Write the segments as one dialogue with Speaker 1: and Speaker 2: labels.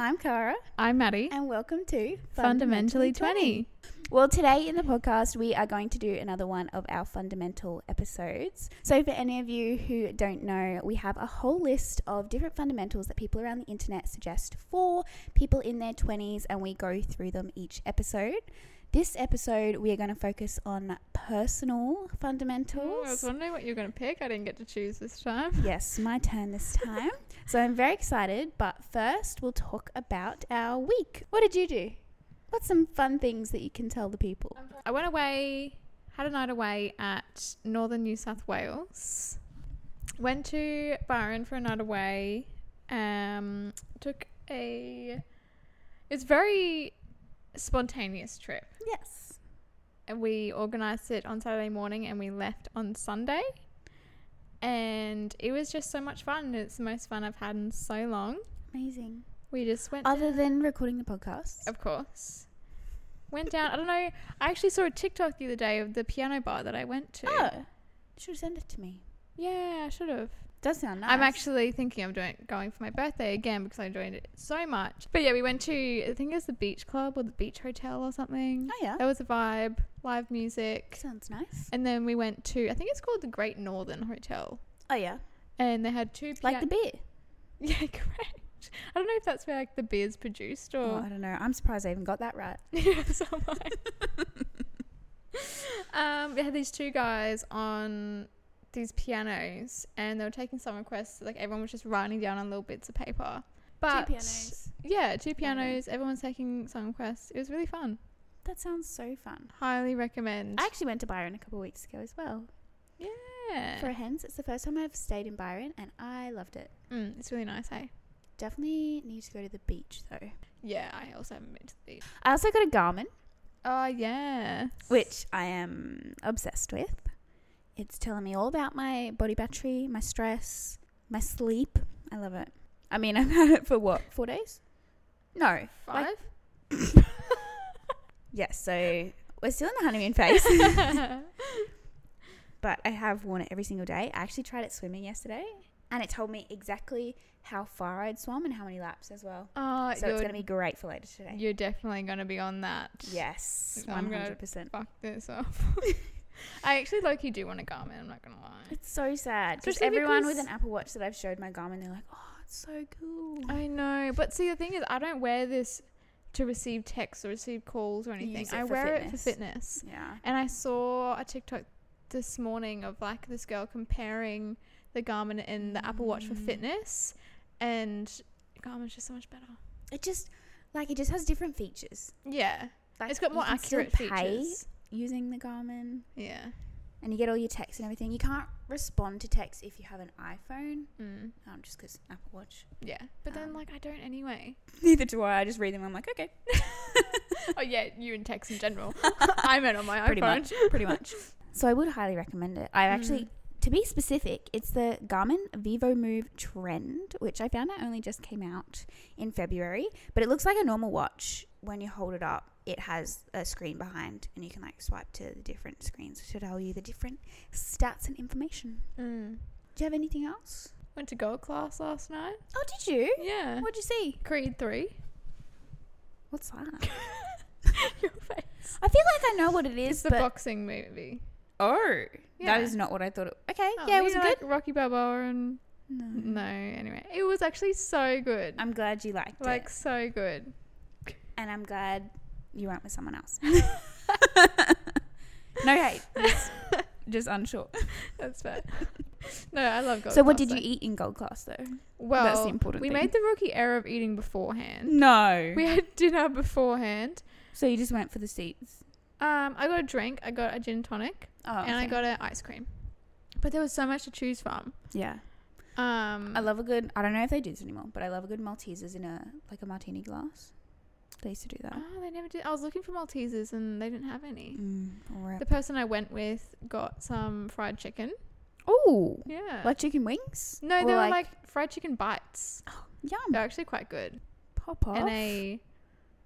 Speaker 1: I'm Cara,
Speaker 2: I'm Maddie.
Speaker 1: and welcome to
Speaker 2: Fundamentally 20.
Speaker 1: Well, today in the podcast, we are going to do another one of our fundamental episodes. So, for any of you who don't know, we have a whole list of different fundamentals that people around the internet suggest for people in their 20s, and we go through them each episode. This episode, we are going to focus on personal
Speaker 2: Oh, I was
Speaker 1: fundamentals.
Speaker 2: wondering what you were going to pick. I didn't get to choose this time.
Speaker 1: Yes, my turn this time. so I'm very excited, but first we'll talk about our week. What did you do? What's some fun things that you can tell the people?
Speaker 2: I went away, had a night away at northern New South Wales. Went to Byron for a night away. Um, took a. It's very spontaneous trip.
Speaker 1: Yes.
Speaker 2: And we organised it on Saturday morning and we left on Sunday. And it was just so much fun. It's the most fun I've had in so long.
Speaker 1: Amazing.
Speaker 2: We just went
Speaker 1: Other than recording the podcast.
Speaker 2: uh, Of course. Went down. I don't know. I actually saw a TikTok the other day of the piano bar that I went to.
Speaker 1: Oh. You should send it to me.
Speaker 2: Yeah, I should have.
Speaker 1: Does sound nice.
Speaker 2: I'm actually thinking of doing going for my birthday again because I enjoyed it so much. But yeah, we went to I think it was the beach club or the beach hotel or something.
Speaker 1: Oh yeah.
Speaker 2: That was a vibe, live music.
Speaker 1: Sounds nice.
Speaker 2: And then we went to I think it's called the Great Northern Hotel.
Speaker 1: Oh yeah.
Speaker 2: And they had two
Speaker 1: Like
Speaker 2: pia-
Speaker 1: the beer.
Speaker 2: Yeah, correct. I don't know if that's where like the beer's produced or
Speaker 1: Oh, I don't know. I'm surprised I even got that right.
Speaker 2: Yeah, so am I. um, we had these two guys on these pianos, and they were taking song requests. Like everyone was just writing down on little bits of paper.
Speaker 1: Two
Speaker 2: But
Speaker 1: pianos.
Speaker 2: yeah, two pianos. Everyone's taking song requests. It was really fun.
Speaker 1: That sounds so fun.
Speaker 2: Highly recommend.
Speaker 1: I actually went to Byron a couple of weeks ago as well.
Speaker 2: yeah,
Speaker 1: For a hens, it's the first time I've stayed in Byron and I loved it.
Speaker 2: mm, it's really nice. Hey.
Speaker 1: Definitely need to go to the beach though.
Speaker 2: Yeah, I also haven't been to the beach.
Speaker 1: I also got a Garmin,
Speaker 2: Oh yeah.
Speaker 1: which I am obsessed with. It's telling me all about my body battery, my stress, my sleep. I love it. I mean, I've had it for what, four days? No.
Speaker 2: Five.
Speaker 1: Yes, so we're still in the honeymoon phase, but I have worn it every single day. I actually tried it swimming yesterday, and it told me exactly how far I'd swum and how many laps as well.
Speaker 2: oh,
Speaker 1: So it's
Speaker 2: you're,
Speaker 1: going to be great for later today.
Speaker 2: you're definitely gonna be on that.
Speaker 1: Yes,
Speaker 2: I'm gonna-
Speaker 1: 100%.
Speaker 2: fuck this up. I actually like you do want a Garmin. I'm not gonna lie.
Speaker 1: It's so sad. Because
Speaker 2: Especially
Speaker 1: everyone with
Speaker 2: because-
Speaker 1: an Apple Watch that I've showed my Garmin, they're like, oh, it's so cool.
Speaker 2: I know, but see, the thing is, I don't wear this to receive texts or receive calls or anything.
Speaker 1: use it
Speaker 2: I
Speaker 1: for
Speaker 2: wear
Speaker 1: fitness.
Speaker 2: it for fitness.
Speaker 1: Yeah.
Speaker 2: And I saw a TikTok this morning of like this girl comparing the Garmin and the Apple Watch for
Speaker 1: Mm.
Speaker 2: fitness, and Garmin's just so much better.
Speaker 1: It just, like, it just has different features.
Speaker 2: Yeah,
Speaker 1: Like,
Speaker 2: it's got
Speaker 1: you
Speaker 2: more
Speaker 1: can still
Speaker 2: accurate
Speaker 1: pay
Speaker 2: features.
Speaker 1: Using the Garmin,
Speaker 2: Yeah.
Speaker 1: and you get all your texts and everything. You can't respond to texts if you have an iPhone,
Speaker 2: Mm.
Speaker 1: um, just because Apple Watch.
Speaker 2: Yeah, but then
Speaker 1: Um,
Speaker 2: like I don't anyway.
Speaker 1: Neither do I. I just read them. I'm like, okay.
Speaker 2: oh yeah, you and text in general. I meant on my iPhone.
Speaker 1: Pretty much. Pretty much. so I would highly recommend it. I actually,
Speaker 2: Mm.
Speaker 1: to be specific, it's the Garmin Vivo Move Trend, which I found out only just came out in February, but it looks like a normal watch. When you hold it up, it has a screen behind, and you can like swipe to the different screens to tell you the different stats and information.
Speaker 2: Mm.
Speaker 1: Do you have anything else?
Speaker 2: Went to gold class last night.
Speaker 1: Oh, did you?
Speaker 2: Yeah.
Speaker 1: What'd you see?
Speaker 2: Creed 3.
Speaker 1: What's that?
Speaker 2: Your face.
Speaker 1: I feel like I know what it is,
Speaker 2: It's the
Speaker 1: but
Speaker 2: boxing movie.
Speaker 1: oh,
Speaker 2: Yeah.
Speaker 1: that is not what I thought. It, okay,
Speaker 2: Oh,
Speaker 1: yeah,
Speaker 2: you
Speaker 1: was it
Speaker 2: know,
Speaker 1: good? Mm-hmm.
Speaker 2: Like Rocky Balboa and. No, anyway. It was actually so good.
Speaker 1: I'm glad you liked
Speaker 2: like,
Speaker 1: it.
Speaker 2: so good.
Speaker 1: And I'm glad you weren't with someone else. no hate. Just, just unsure.
Speaker 2: That's fair. no, I love gold
Speaker 1: so what
Speaker 2: class,
Speaker 1: did you
Speaker 2: though.
Speaker 1: eat in gold class though?
Speaker 2: Well,
Speaker 1: That's the important
Speaker 2: we
Speaker 1: thing.
Speaker 2: made the rookie error of eating beforehand.
Speaker 1: No.
Speaker 2: We had dinner beforehand.
Speaker 1: so you just went for the seats.
Speaker 2: Um, I got a drink. I got a gin tonic,
Speaker 1: Oh.
Speaker 2: and I
Speaker 1: okay.
Speaker 2: got an ice cream. But there was so much to choose from.
Speaker 1: Yeah.
Speaker 2: Um,
Speaker 1: I love a good I don't know if they do this anymore, but I love a good Maltesers in a like a martini glass. They used to do that.
Speaker 2: Oh, they never did. I was looking for Maltesers and they didn't have any.
Speaker 1: Mm,
Speaker 2: The person I went with got some fried chicken.
Speaker 1: Oh.
Speaker 2: Yeah.
Speaker 1: Like chicken wings?
Speaker 2: no,
Speaker 1: Or
Speaker 2: they were like, fried chicken bites.
Speaker 1: yum.
Speaker 2: They're actually quite good.
Speaker 1: Pop off.
Speaker 2: And a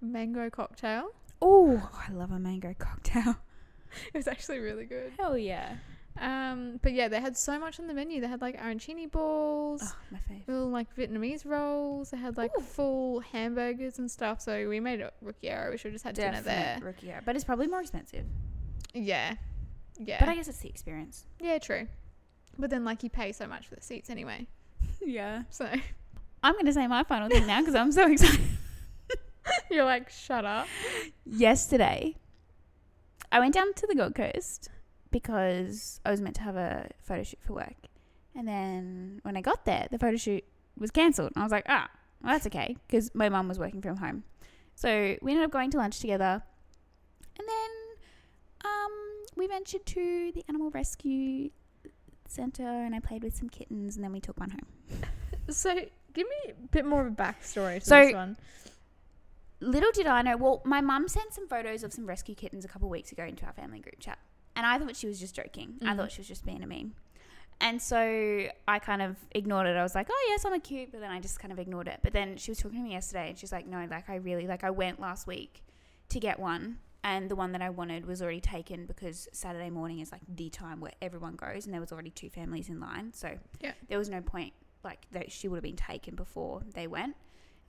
Speaker 2: mango cocktail.
Speaker 1: Ooh, I love oh, a mango cocktail.
Speaker 2: It was actually really good.
Speaker 1: Hell yeah.
Speaker 2: Um, but yeah, they had so much on the menu. They had like arancini balls,
Speaker 1: Oh, my fave.
Speaker 2: little like Vietnamese rolls. They had like
Speaker 1: Ooh.
Speaker 2: full hamburgers and stuff. So we made it Ricciero. We should have just had
Speaker 1: Definite
Speaker 2: dinner there.
Speaker 1: rookie error. But it's probably more expensive.
Speaker 2: Yeah, yeah,
Speaker 1: But I guess it's the experience.
Speaker 2: yeah, true. But then like you pay so much for the seats anyway.
Speaker 1: yeah.
Speaker 2: So
Speaker 1: I'm going to say my final thing now because I'm so excited.
Speaker 2: you're like, shut up.
Speaker 1: Yesterday, I went down to the Gold Coast because I was meant to have a photo shoot for work. And then when I got there, the photo shoot was cancelled. And I was like, ah, well, that's okay because my mum was working from home. So we ended up going to lunch together. And then um, we ventured to the animal rescue centre and I played with some kittens and then we took one home.
Speaker 2: So give me a bit more of a backstory to
Speaker 1: So-
Speaker 2: this one.
Speaker 1: little did I know. Well, my mum sent some photos of some rescue kittens a couple of weeks ago into our family group chat, and I thought she was just joking. I
Speaker 2: Mhm.
Speaker 1: thought she was just being a meme, and so I kind of ignored it. I was like, "Oh yes, I'm cute," but then I just kind of ignored it. But then she was talking to me yesterday, and she's like, "No, like I really like I went last week to get one." And the one that I wanted was already taken because Saturday morning is like the time where everyone goes, and there was already two families in line, so
Speaker 2: Yeah.
Speaker 1: there was no point. Like that, she would have been taken before they went.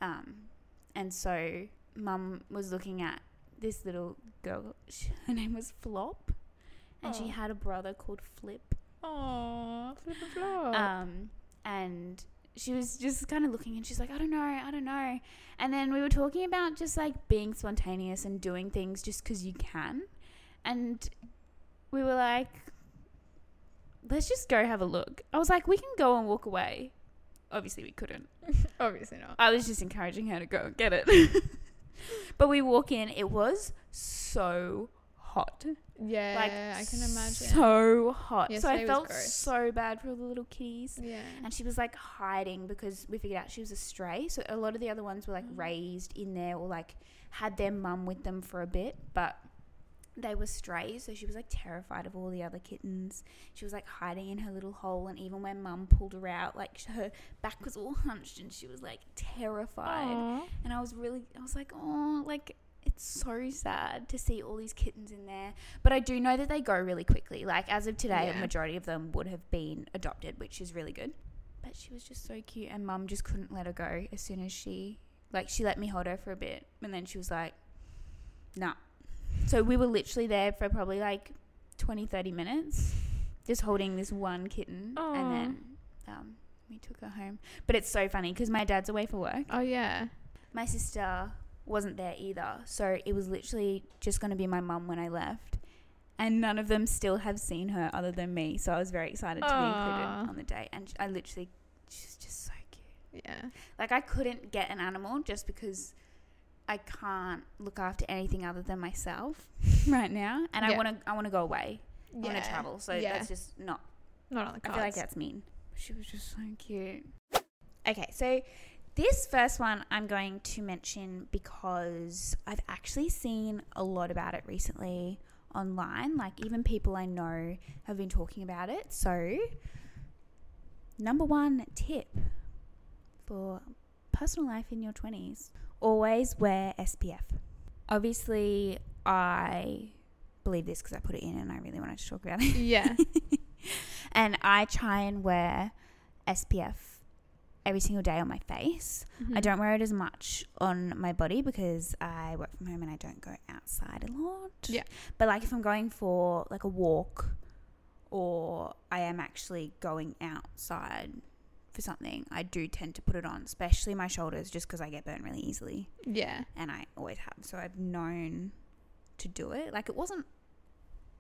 Speaker 1: Um, and so mum was looking at this little girl. She, her name was Flop, and
Speaker 2: Aw.
Speaker 1: she had a brother called Flip.
Speaker 2: Aww, flip a flop.
Speaker 1: Um, and she was just kind of looking, and she's like, "I don't know, I don't know." And then we were talking about just like being spontaneous and doing things just because you can, and we were like, "Let's just go have a look." I was like, "We can go and walk away." Obviously, we couldn't.
Speaker 2: Obviously not.
Speaker 1: I was just encouraging her to go and get it. but we walk in, it was so hot.
Speaker 2: Yeah,
Speaker 1: like
Speaker 2: I can imagine.
Speaker 1: So hot. so
Speaker 2: Yesterday
Speaker 1: I
Speaker 2: was
Speaker 1: felt
Speaker 2: gross.
Speaker 1: so bad for all the little kitties.
Speaker 2: yeah.
Speaker 1: And she was like hiding because we figured out she was a stray. So a lot of the other ones were like
Speaker 2: Mm.
Speaker 1: raised in there or like had their mum with them for a bit, but they were strays. So she was like terrified of all the other kittens. She was like hiding in her little hole. And even when mum pulled her out, like sh- her back was all hunched and she was like terrified.
Speaker 2: Aw.
Speaker 1: And I was really, I was like, oh, like it's so sad to see all these kittens in there. But I do know that they go really quickly. Like as of today,
Speaker 2: Yeah.
Speaker 1: a majority of them would have been adopted, which is really good. But she was just so cute, and mum just couldn't let her go as soon as she, like, she let me hold her for a bit, and then she was like, nah. So we were literally there for probably like 20, 30 minutes, just holding this one kitten,
Speaker 2: Aw.
Speaker 1: and then um, we took her home. But it's so funny because my dad's away for work
Speaker 2: Oh yeah.
Speaker 1: my sister wasn't there either. So it was literally just going to be my mum when I left. And none of them still have seen her other than me. So I was very excited to be
Speaker 2: Aw.
Speaker 1: included on the day. And sh- I literally, she's just so cute.
Speaker 2: Yeah.
Speaker 1: Like, I couldn't get an animal just because I can't look after anything other than myself right now. And I
Speaker 2: Yeah.
Speaker 1: want to, I want to go away.
Speaker 2: yeah.
Speaker 1: I want to travel. So
Speaker 2: yeah.
Speaker 1: that's just not
Speaker 2: not on the
Speaker 1: I
Speaker 2: cards.
Speaker 1: feel like that's mean. She was just so cute. Okay, so this first one I'm going to mention because I've actually seen a lot about it recently online. Like, even people I know have been talking about it. So, number one tip for personal life in your 20s always wear SPF. Obviously, I believe this because I put it in and I really wanted to talk about it
Speaker 2: yeah.
Speaker 1: and I try and wear SPF every single day on my face. I
Speaker 2: Mhm.
Speaker 1: don't wear it as much on my body because I work from home and I don't go outside a lot.
Speaker 2: Yeah.
Speaker 1: But like if I'm going for like a walk or I am actually going outside for something, I do tend to put it on, especially my shoulders just because I get burnt really easily
Speaker 2: Mm-hmm. Yeah.
Speaker 1: and I always have. So I've known to do it. Like it wasn't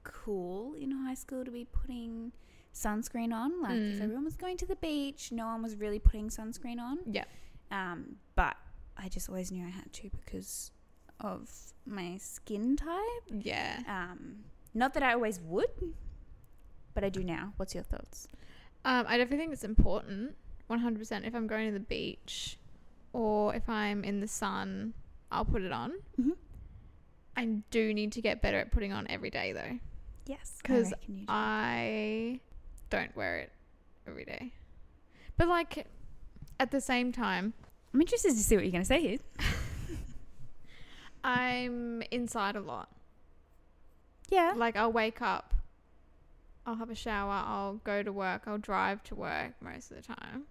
Speaker 1: cool in high school to be putting sunscreen on. Like if
Speaker 2: Mm.
Speaker 1: everyone was going to the beach, no one was really putting sunscreen on.
Speaker 2: Yeah.
Speaker 1: Um, but I just always knew I had to because of my skin type.
Speaker 2: Yeah.
Speaker 1: Um, not that I always would, but I do now. What's your thoughts?
Speaker 2: Um, I definitely think it's important. One hundred percent. If I'm going to the beach, or if I'm in the sun, I'll put it on.
Speaker 1: Mhm.
Speaker 2: I do need to get better at putting on every day, though.
Speaker 1: Yes, I
Speaker 2: 'Cause
Speaker 1: reckon you do.
Speaker 2: I don't wear it every day, but like at the same time,
Speaker 1: I'm interested to see what you're going to say here.
Speaker 2: I'm inside a lot.
Speaker 1: Yeah.
Speaker 2: Like I'll wake up I'll have a shower, I'll go to work, I'll drive to work most of the time.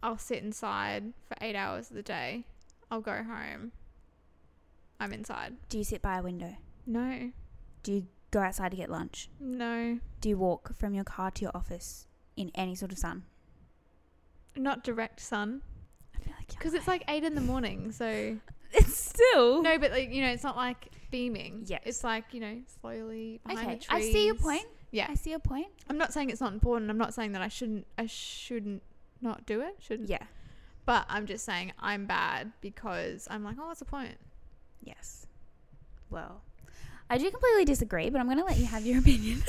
Speaker 2: I'll sit inside for eight hours of the day. I'll go home. I'm inside.
Speaker 1: Do you sit by a window?
Speaker 2: No,
Speaker 1: Do you go outside to get lunch?
Speaker 2: no,
Speaker 1: Do you walk from your car to your office in any sort of sun?
Speaker 2: not direct sun.
Speaker 1: I feel like
Speaker 2: Because it's like eight in the morning, so
Speaker 1: it's still
Speaker 2: no, but like you know, it's not like beaming.
Speaker 1: Yes.
Speaker 2: it's like you know, slowly behind
Speaker 1: Okay,
Speaker 2: the
Speaker 1: I
Speaker 2: trees.
Speaker 1: see your point.
Speaker 2: Yeah,
Speaker 1: I see your point.
Speaker 2: I'm not saying it's not important. I'm not saying that I shouldn't. I shouldn't not do it. Shouldn't.
Speaker 1: Yeah.
Speaker 2: But I'm just saying I'm bad because I'm like, oh, what's the point?
Speaker 1: Yes. Well, I do completely disagree, but I'm going to let you have your opinion.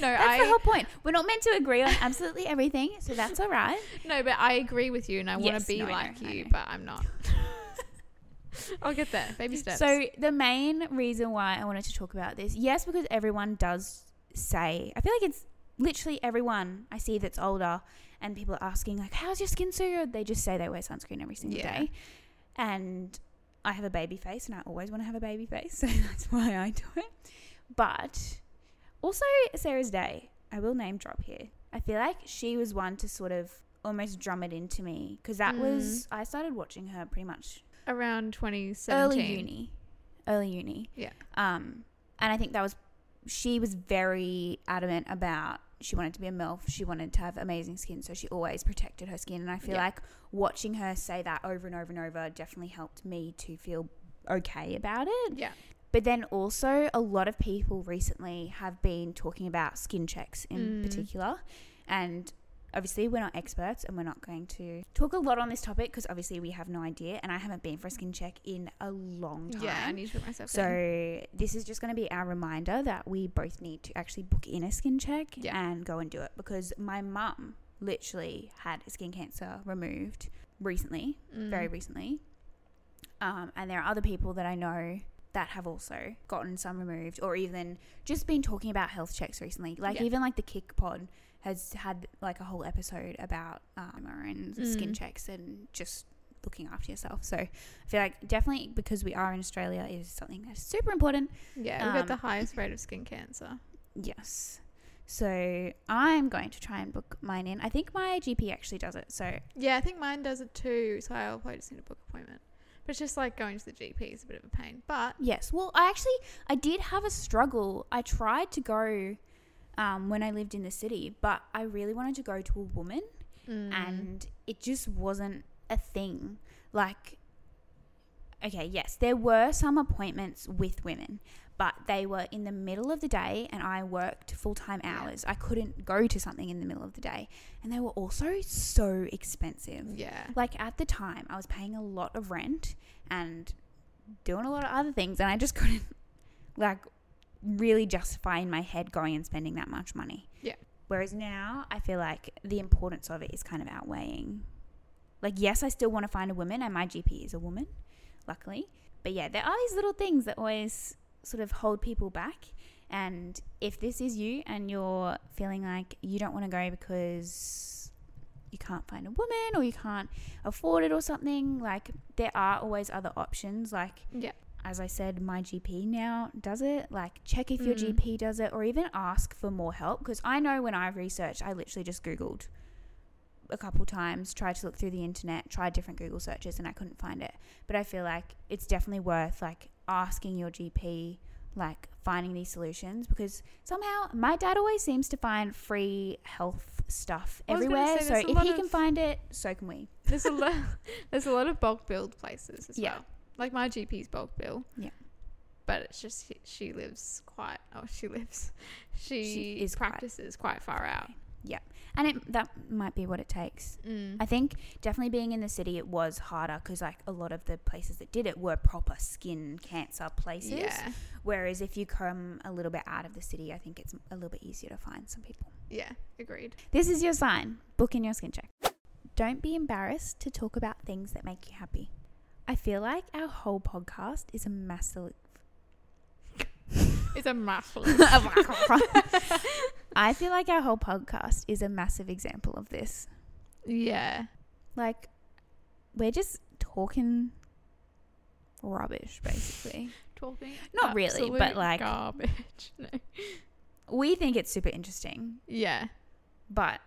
Speaker 2: No,
Speaker 1: that's
Speaker 2: I
Speaker 1: the whole point. We're not meant to agree on absolutely everything, so that's all right.
Speaker 2: no, but I agree with you, and I want
Speaker 1: Yes,
Speaker 2: to be
Speaker 1: no, I know,
Speaker 2: like
Speaker 1: I
Speaker 2: you,
Speaker 1: know.
Speaker 2: but I'm not. I'll get there, baby steps.
Speaker 1: So the main reason why I wanted to talk about this, yes, because everyone does say. I feel like it's literally everyone I see that's older, and people are asking like, "How's your skin so good?" They just say they wear sunscreen every single
Speaker 2: Yeah.
Speaker 1: day, and I have a baby face, and I always want to have a baby face, so that's why I do it. But also Sarah's day, I will name drop here. I feel like she was one to sort of almost drum it into me because that
Speaker 2: Mm.
Speaker 1: was I started watching her pretty much
Speaker 2: around 2017,
Speaker 1: early uni early uni
Speaker 2: Yeah.
Speaker 1: um and i think that was she was very adamant about she wanted to be a MILF. She wanted to have amazing skin. So she always protected her skin. And I feel
Speaker 2: Yeah.
Speaker 1: like watching her say that over and over and over definitely helped me to feel okay about it.
Speaker 2: Yeah.
Speaker 1: But then also, a lot of people recently have been talking about skin checks in
Speaker 2: Mm.
Speaker 1: particular. And obviously, we're not experts and we're not going to talk a lot on this topic because obviously we have no idea. And I haven't been for a skin check in a long time.
Speaker 2: Yeah, I need to put myself. in.
Speaker 1: So this is just going to be our reminder that we both need to actually book in a skin check
Speaker 2: Yeah.
Speaker 1: and go and do it because my mum literally had skin cancer removed recently,
Speaker 2: Mm.
Speaker 1: very recently. Um, and there are other people that I know that have also gotten some removed or even just been talking about health checks recently. Like
Speaker 2: Yeah.
Speaker 1: even like the Kick Pod has had like a whole episode about um, our own skin
Speaker 2: Mm.
Speaker 1: checks and just looking after yourself. So I feel like definitely because we are in Australia it is something that's super important.
Speaker 2: Yeah, we got the
Speaker 1: um,
Speaker 2: highest rate of skin cancer.
Speaker 1: Yes. So I'm going to try and book mine in. I think my GP actually does it. So
Speaker 2: Yeah, I think mine does it too. So I'll probably just need a book appointment. But it's just like going to the GP is a bit of a pain. But
Speaker 1: Yes. Well, I actually I did have a struggle. I tried to go um, when I lived in the city, but I really wanted to go to a woman,
Speaker 2: mm,
Speaker 1: and it just wasn't a thing. Like, okay, yes, there were some appointments with women, but they were in the middle of the day, and I worked full time
Speaker 2: Yeah.
Speaker 1: hours. I couldn't go to something in the middle of the day, and they were also so expensive
Speaker 2: yeah,
Speaker 1: like at the time I was paying a lot of rent and doing a lot of other things and I just couldn't like really justify in my head going and spending that much money.
Speaker 2: Yeah.
Speaker 1: Whereas now I feel like the importance of it is kind of outweighing. Like yes, I still want to find a woman and my GP is a woman, luckily. But yeah, there are these little things that always sort of hold people back. And if this is you and you're feeling like you don't want to go because you can't find a woman or you can't afford it or something, like there are always other options. Like,
Speaker 2: yeah,
Speaker 1: as I said, my GP now does it. Like, check if your
Speaker 2: Mm.
Speaker 1: GP does it or even ask for more help. Because I know when I researched, I literally just Googled a couple times, tried to look through the internet, tried different Google searches, and I couldn't find it. But I feel like it's definitely worth like asking your GP, like finding these solutions because somehow my dad always seems to find free health stuff
Speaker 2: I was gonna
Speaker 1: everywhere.
Speaker 2: say,
Speaker 1: so
Speaker 2: there's a
Speaker 1: if
Speaker 2: lot
Speaker 1: he can
Speaker 2: of-
Speaker 1: find it, so can we.
Speaker 2: there's a lot. there's a lot of bulk build places as
Speaker 1: Yeah.
Speaker 2: well. Like my GP's bulk bill.
Speaker 1: Yeah.
Speaker 2: But it's just she- she lives quite. Oh, she lives. She,
Speaker 1: is quite-
Speaker 2: practices quite, far out.
Speaker 1: And it, that might be what it takes.
Speaker 2: Mm.
Speaker 1: I think definitely being in the city, it was harder because like a lot of the places that did it were proper skin cancer places.
Speaker 2: Yeah,
Speaker 1: Whereas if you come a little bit out of the city, I think it's a little bit easier to find some people.
Speaker 2: yeah, agreed.
Speaker 1: This is your sign. Book in your skin check. Don't be embarrassed to talk about things that make you happy. I feel like our whole podcast is a massive.
Speaker 2: It's a mouthful.
Speaker 1: I feel like our whole podcast is a massive example of this.
Speaker 2: yeah,
Speaker 1: Like, we're just talking rubbish, basically.
Speaker 2: talking.
Speaker 1: Not really, but
Speaker 2: absolute
Speaker 1: like-
Speaker 2: garbage. No.
Speaker 1: we think it's super interesting,
Speaker 2: Yeah.
Speaker 1: but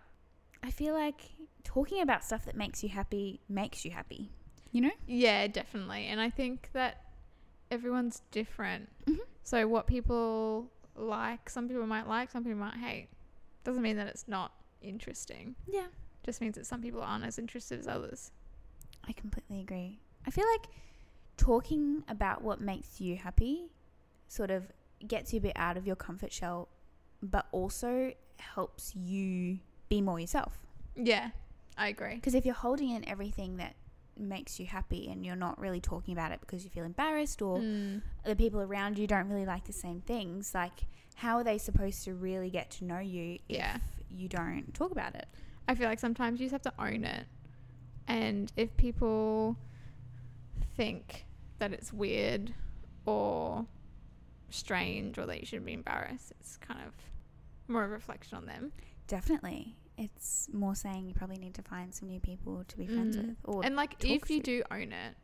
Speaker 1: I feel like talking about stuff that makes you happy makes you happy. You know?
Speaker 2: Yeah, definitely. And I think that everyone's different.
Speaker 1: Mhm.
Speaker 2: So what people like, some people might like, some people might hate. Doesn't mean that it's not interesting.
Speaker 1: Yeah.
Speaker 2: Just means that some people aren't as interested as others.
Speaker 1: I completely agree. I feel like talking about what makes you happy sort of gets you a bit out of your comfort shell, but also helps you be more yourself.
Speaker 2: Yeah, I agree.
Speaker 1: Because if you're holding in everything that makes you happy and you're not really talking about it because you feel embarrassed or
Speaker 2: Mm.
Speaker 1: the people around you don't really like the same things, like how are they supposed to really get to know you if
Speaker 2: Yeah.
Speaker 1: you don't talk about it?
Speaker 2: I feel like sometimes you just have to own it. And if people think that it's weird or strange or that you should be embarrassed, it's kind of more a reflection on them.
Speaker 1: Definitely. It's more saying you probably need to find some new people to be friends
Speaker 2: Mm.
Speaker 1: with. Or
Speaker 2: and like
Speaker 1: talk
Speaker 2: if you
Speaker 1: to.
Speaker 2: do own it,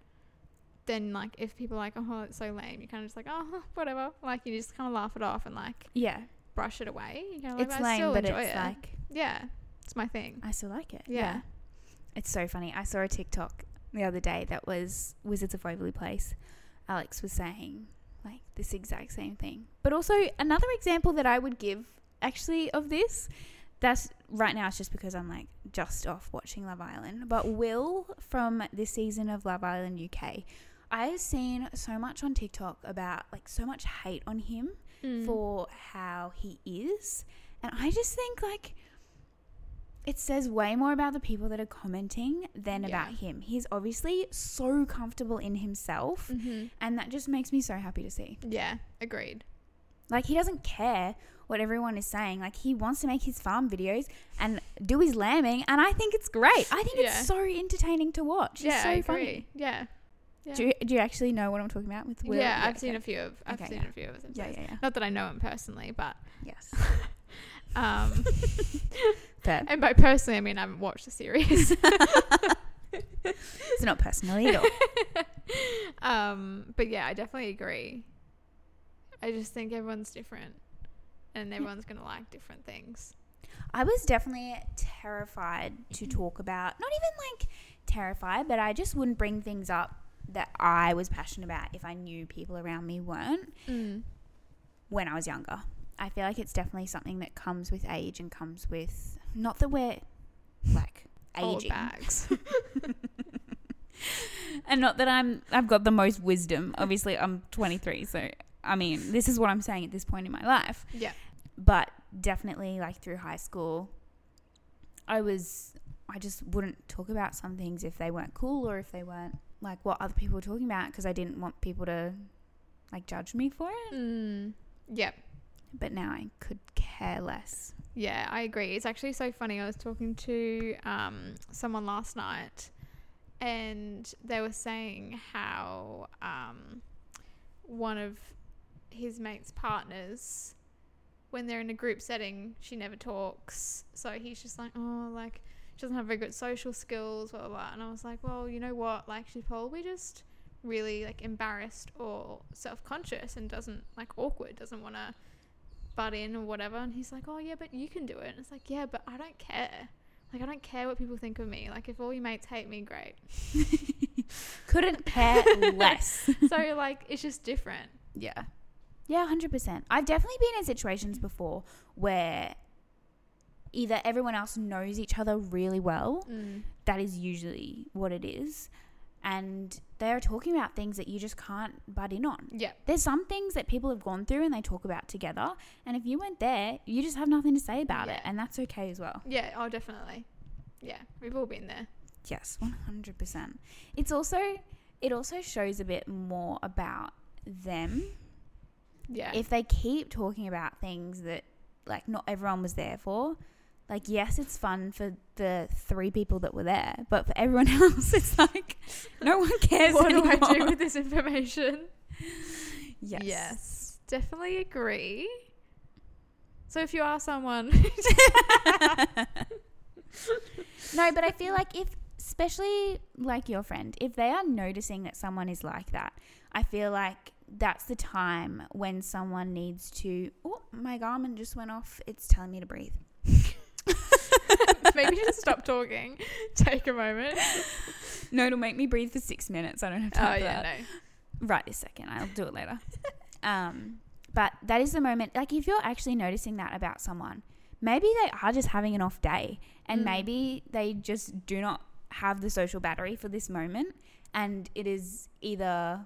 Speaker 2: then like if people are like, oh, it's so lame, you kind of just like, oh, whatever. Like you just kind of laugh it off and like
Speaker 1: yeah,
Speaker 2: brush it away. You kind of like,
Speaker 1: it's
Speaker 2: "But I
Speaker 1: lame,
Speaker 2: still
Speaker 1: but it's
Speaker 2: enjoy it.
Speaker 1: like
Speaker 2: yeah, it's my thing.
Speaker 1: I still like it.
Speaker 2: Yeah.
Speaker 1: It's so funny. I saw a TikTok the other day that was Wizards of Waverly Place. Alex was saying like this exact same thing. But also another example that I would give actually of this that's right now it's just because I'm like just off watching Love Island, but Will from this season of Love Island UK. I've seen so much on TikTok about like so much hate on him
Speaker 2: Mm.
Speaker 1: for how he is. And I just think like it says way more about the people that are commenting than
Speaker 2: Yeah.
Speaker 1: about him. He's obviously so comfortable in himself,
Speaker 2: Mhm.
Speaker 1: and that just makes me so happy to see.
Speaker 2: Yeah, agreed.
Speaker 1: Like he doesn't care what everyone is saying. Like he wants to make his farm videos and do his lambing, and I think it's great. I think
Speaker 2: Yeah.
Speaker 1: it's so entertaining to watch.
Speaker 2: yeah,
Speaker 1: it's so
Speaker 2: I agree.
Speaker 1: funny.
Speaker 2: Yeah, yeah.
Speaker 1: Do you, do you actually know what I'm talking about with Will?
Speaker 2: yeah, I've seen a
Speaker 1: okay.
Speaker 2: few of. I've
Speaker 1: Okay,
Speaker 2: seen
Speaker 1: yeah.
Speaker 2: a few of them.
Speaker 1: Yeah, yeah, yeah.
Speaker 2: Not that I know him personally, but
Speaker 1: Yes.
Speaker 2: um,
Speaker 1: Fair.
Speaker 2: and by personally I mean I haven't watched the series.
Speaker 1: It's not personally at all.
Speaker 2: um, but yeah, I definitely agree. I just think everyone's different, and everyone's gonna like different things.
Speaker 1: I was definitely terrified to talk about, not even like terrified, but I just wouldn't bring things up that I was passionate about if I knew people around me weren't when I was younger. I feel like it's definitely something that comes with age and comes with not that we're like
Speaker 2: Old
Speaker 1: aging
Speaker 2: bags.
Speaker 1: and not that I'm I've got the most wisdom. Obviously, I'm 23, so I mean, this is what I'm saying at this point in my life.
Speaker 2: yeah.
Speaker 1: but definitely like through high school i was i just wouldn't talk about some things if they weren't cool or if they weren't like what other people were talking about because i didn't want people to like judge me for it
Speaker 2: Mm. Yep.
Speaker 1: but now i could care less
Speaker 2: Yeah, I agree. It's actually so funny. I was talking to um, someone last night, and they were saying how um, one of his mate's partners, when they're in a group setting, she never talks. So he's just like, oh, like she doesn't have very good social skills, blah blah. blah. And I was like, well, you know what? Like she's probably just really like embarrassed or self conscious and doesn't like awkward, doesn't want to butt in or whatever. And he's like, oh, yeah, but you can do it. And it's like, yeah, but I don't care. Like, I don't care what people think of me. Like, if all your mates hate me, great.
Speaker 1: couldn't care less
Speaker 2: so, like, it's just different.
Speaker 1: yeah yeah 100% i've definitely been in situations before where either everyone else knows each other really well
Speaker 2: Mm.
Speaker 1: that is usually what it is. And they are talking about things that you just can't butt in on.
Speaker 2: Yeah.
Speaker 1: There's some things that people have gone through and they talk about together. And if you weren't there, you just have nothing to say about it.
Speaker 2: Yeah.
Speaker 1: And that's okay as well.
Speaker 2: Yeah. Oh, definitely. Yeah. We've all been there.
Speaker 1: Yes, 100%. It's also, it also shows a bit more about them
Speaker 2: Yeah.
Speaker 1: if they keep talking about things that like not everyone was there for like yes it's fun for the three people that were there but for everyone else it's like no one cares
Speaker 2: what do
Speaker 1: anymore.
Speaker 2: I do with this information?
Speaker 1: yes
Speaker 2: Yes. Definitely agree. So, if you are someone.
Speaker 1: no but i feel like if especially like your friend if they are noticing that someone is like that i feel like that's the time when someone needs to oh, my Garmin just went off. It's telling me to breathe.
Speaker 2: Maybe just stop talking. Take a moment.
Speaker 1: No, it'll make me breathe for six minutes. I don't have
Speaker 2: Oh
Speaker 1: time for
Speaker 2: yeah,
Speaker 1: that.
Speaker 2: no.
Speaker 1: right this second. I'll do it later. um, but that is the moment. Like, if you're actually noticing that about someone, maybe they are just having an off day, and
Speaker 2: Mm.
Speaker 1: maybe they just do not have the social battery for this moment, and it is either.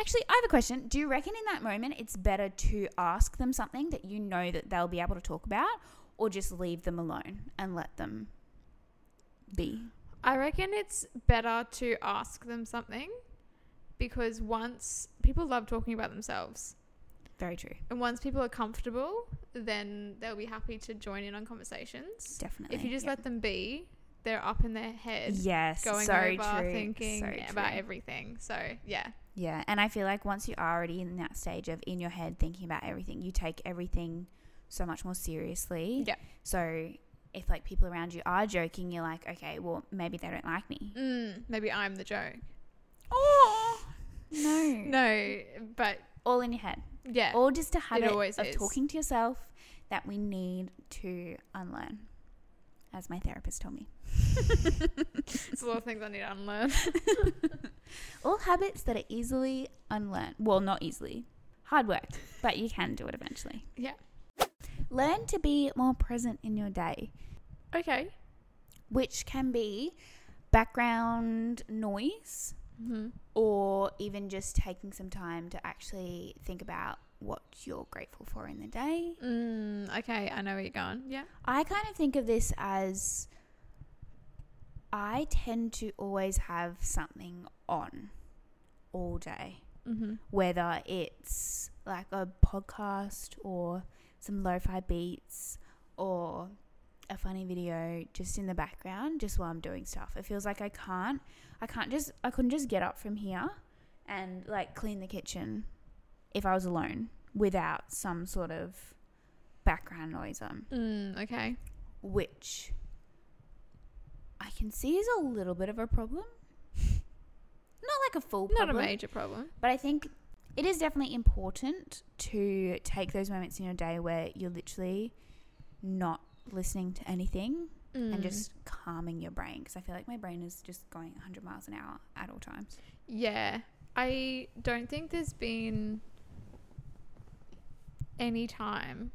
Speaker 1: Actually, I have a question. Do you reckon in that moment it's better to ask them something that you know that they'll be able to talk about, or just leave them alone and let them be?
Speaker 2: I reckon it's better to ask them something because once people love talking about themselves,
Speaker 1: Very true.
Speaker 2: and once people are comfortable, then they'll be happy to join in on conversations.
Speaker 1: Definitely.
Speaker 2: If you just
Speaker 1: Yeah.
Speaker 2: let them be, they're up in their head,
Speaker 1: yes,
Speaker 2: going
Speaker 1: so
Speaker 2: over,
Speaker 1: true,
Speaker 2: thinking
Speaker 1: so
Speaker 2: about
Speaker 1: true.
Speaker 2: everything. So yeah,
Speaker 1: Yeah, and I feel like once you are already in that stage of in your head thinking about everything, you take everything so much more seriously.
Speaker 2: Yeah.
Speaker 1: So if like people around you are joking, you're like, okay, well maybe they don't like me.
Speaker 2: mm, maybe I'm the joke.
Speaker 1: Oh no,
Speaker 2: No, but
Speaker 1: all in your head,
Speaker 2: yeah,
Speaker 1: or just a habit
Speaker 2: always
Speaker 1: of
Speaker 2: is.
Speaker 1: talking to yourself that we need to unlearn, as my therapist told me.
Speaker 2: it's a lot of things I need to unlearn.
Speaker 1: All habits that are easily unlearned. Well, not easily. Hard work, but you can do it eventually.
Speaker 2: Yeah.
Speaker 1: Learn to be more present in your day,
Speaker 2: Okay.
Speaker 1: which can be background noise
Speaker 2: Mm-hmm.
Speaker 1: or even just taking some time to actually think about what you're grateful for in the day.
Speaker 2: Mm, okay, I know where you're going. Yeah.
Speaker 1: I kind of think of this as I tend to always have something on all day.
Speaker 2: Mm-hmm.
Speaker 1: whether it's like a podcast or some lo-fi beats or a funny video just in the background just while I'm doing stuff. It feels like I can't I can't just I couldn't just get up from here and like clean the kitchen if I was alone without some sort of background noise on
Speaker 2: Mm, okay.
Speaker 1: which I can see is a little bit of a problem. Not like a full
Speaker 2: Not
Speaker 1: problem.
Speaker 2: a major problem.
Speaker 1: But I think it is definitely important to take those moments in your day where you're literally not listening to anything
Speaker 2: Mm.
Speaker 1: and just calming your brain because I feel like my brain is just going 100 miles an hour at all times.
Speaker 2: Yeah. I don't think there's been any time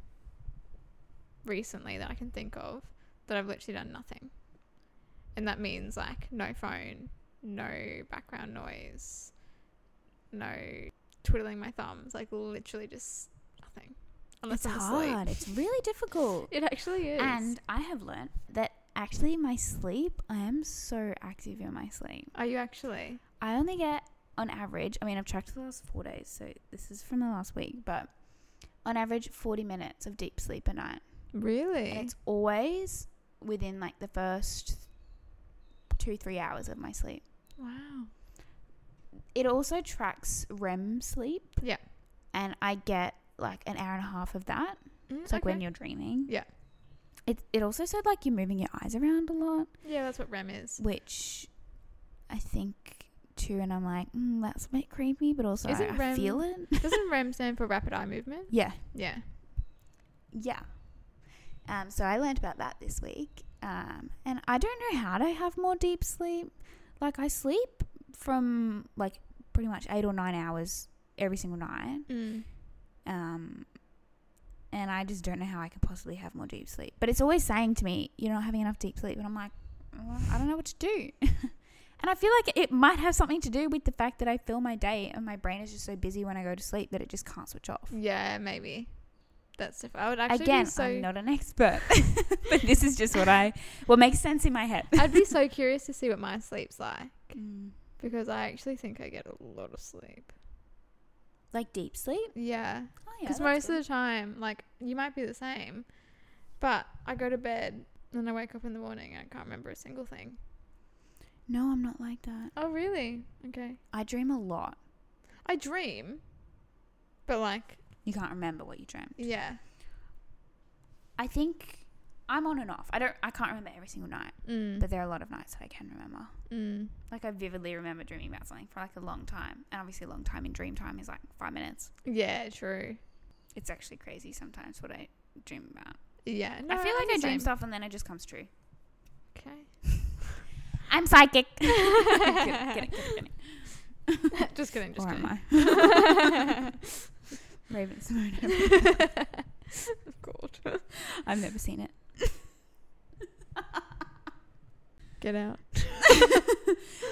Speaker 2: recently that I can think of that I've literally done nothing. And that means like no phone, no background noise, no twiddling my thumbs, like literally just nothing. Unless
Speaker 1: it's
Speaker 2: I'm asleep.
Speaker 1: hard. It's really difficult.
Speaker 2: It actually is.
Speaker 1: And I have learnt that actually my sleep, I am so active in my sleep.
Speaker 2: are you actually?
Speaker 1: I only get on average, I mean I've tracked the last 4 days, so this is from the last week, but on average 40 minutes of deep sleep a night.
Speaker 2: Really?
Speaker 1: And it's always within like the first two, three hours of my sleep.
Speaker 2: wow.
Speaker 1: It also tracks REM sleep.
Speaker 2: Yeah.
Speaker 1: And I get like an hour and a half of that.
Speaker 2: Mm,
Speaker 1: It's like when
Speaker 2: okay.
Speaker 1: you're dreaming.
Speaker 2: Yeah.
Speaker 1: It, it also said like you're moving your eyes around a lot,
Speaker 2: Yeah, that's what REM is.
Speaker 1: which I think too. And I'm like, mm, that's a bit creepy, but also I,
Speaker 2: Isn't
Speaker 1: I
Speaker 2: REM
Speaker 1: feel it.
Speaker 2: Doesn't REM stand for rapid eye movement?
Speaker 1: Yeah.
Speaker 2: Yeah.
Speaker 1: Yeah. Um, so I learned about that this week. Um, and I don't know how to have more deep sleep. Like, I sleep from like pretty much eight or nine hours every single night.
Speaker 2: Mm.
Speaker 1: Um, and I just don't know how I can possibly have more deep sleep. But it's always saying to me, you're not having enough deep sleep. And I'm like, "Well, I don't know what to do. and I feel like it might have something to do with the fact that I fill my day and my brain is just so busy when I go to sleep that it just can't switch off.
Speaker 2: Yeah, maybe. That's different. I would actually
Speaker 1: Again,
Speaker 2: be so.
Speaker 1: I'm not an expert, but this is just what I what makes sense in my head.
Speaker 2: I'd be so curious to see what my sleep's like Mm. because I actually think I get a lot of sleep.
Speaker 1: Like deep sleep.
Speaker 2: Yeah,
Speaker 1: Oh
Speaker 2: because most of the time, like you might be the same, but I go to bed and I wake up in the morning and I can't remember a single thing.
Speaker 1: no, I'm not like that.
Speaker 2: Oh, really? Okay.
Speaker 1: I dream a lot.
Speaker 2: I dream, but like,
Speaker 1: You can't remember what you dreamt.
Speaker 2: yeah.
Speaker 1: I think I'm on and off. I don't. I can't remember every single night,
Speaker 2: Mm.
Speaker 1: but there are a lot of nights that I can remember.
Speaker 2: mm.
Speaker 1: Like I vividly remember dreaming about something for like a long time, and obviously a long time in dream time is like five minutes.
Speaker 2: Yeah, true.
Speaker 1: It's actually crazy sometimes what I dream about.
Speaker 2: Yeah. No,
Speaker 1: I feel like I
Speaker 2: the
Speaker 1: dream
Speaker 2: same.
Speaker 1: stuff and then it just comes true.
Speaker 2: Okay.
Speaker 1: I'm psychic. Kidding, kidding, kidding, kidding.
Speaker 2: just kidding. Just
Speaker 1: or am
Speaker 2: kidding.
Speaker 1: I? Raven Simone.
Speaker 2: God.
Speaker 1: I've never seen it.
Speaker 2: Get out.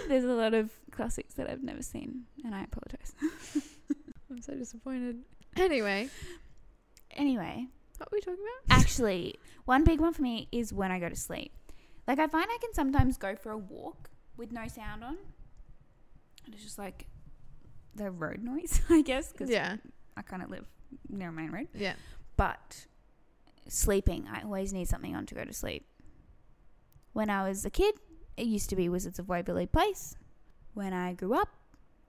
Speaker 1: There's a lot of classics that I've never seen, and I apologize.
Speaker 2: I'm so disappointed. Anyway,
Speaker 1: Anyway,
Speaker 2: what were we talking about?
Speaker 1: actually, one big one for me is when I go to sleep. Like I find I can sometimes go for a walk with no sound on, and it's just like the road noise, I guess, because
Speaker 2: Yeah.
Speaker 1: I kind of live near a main road.
Speaker 2: Yeah.
Speaker 1: But sleeping, I always need something on to go to sleep. When I was a kid, it used to be Wizards of Waverly Place. When I grew up,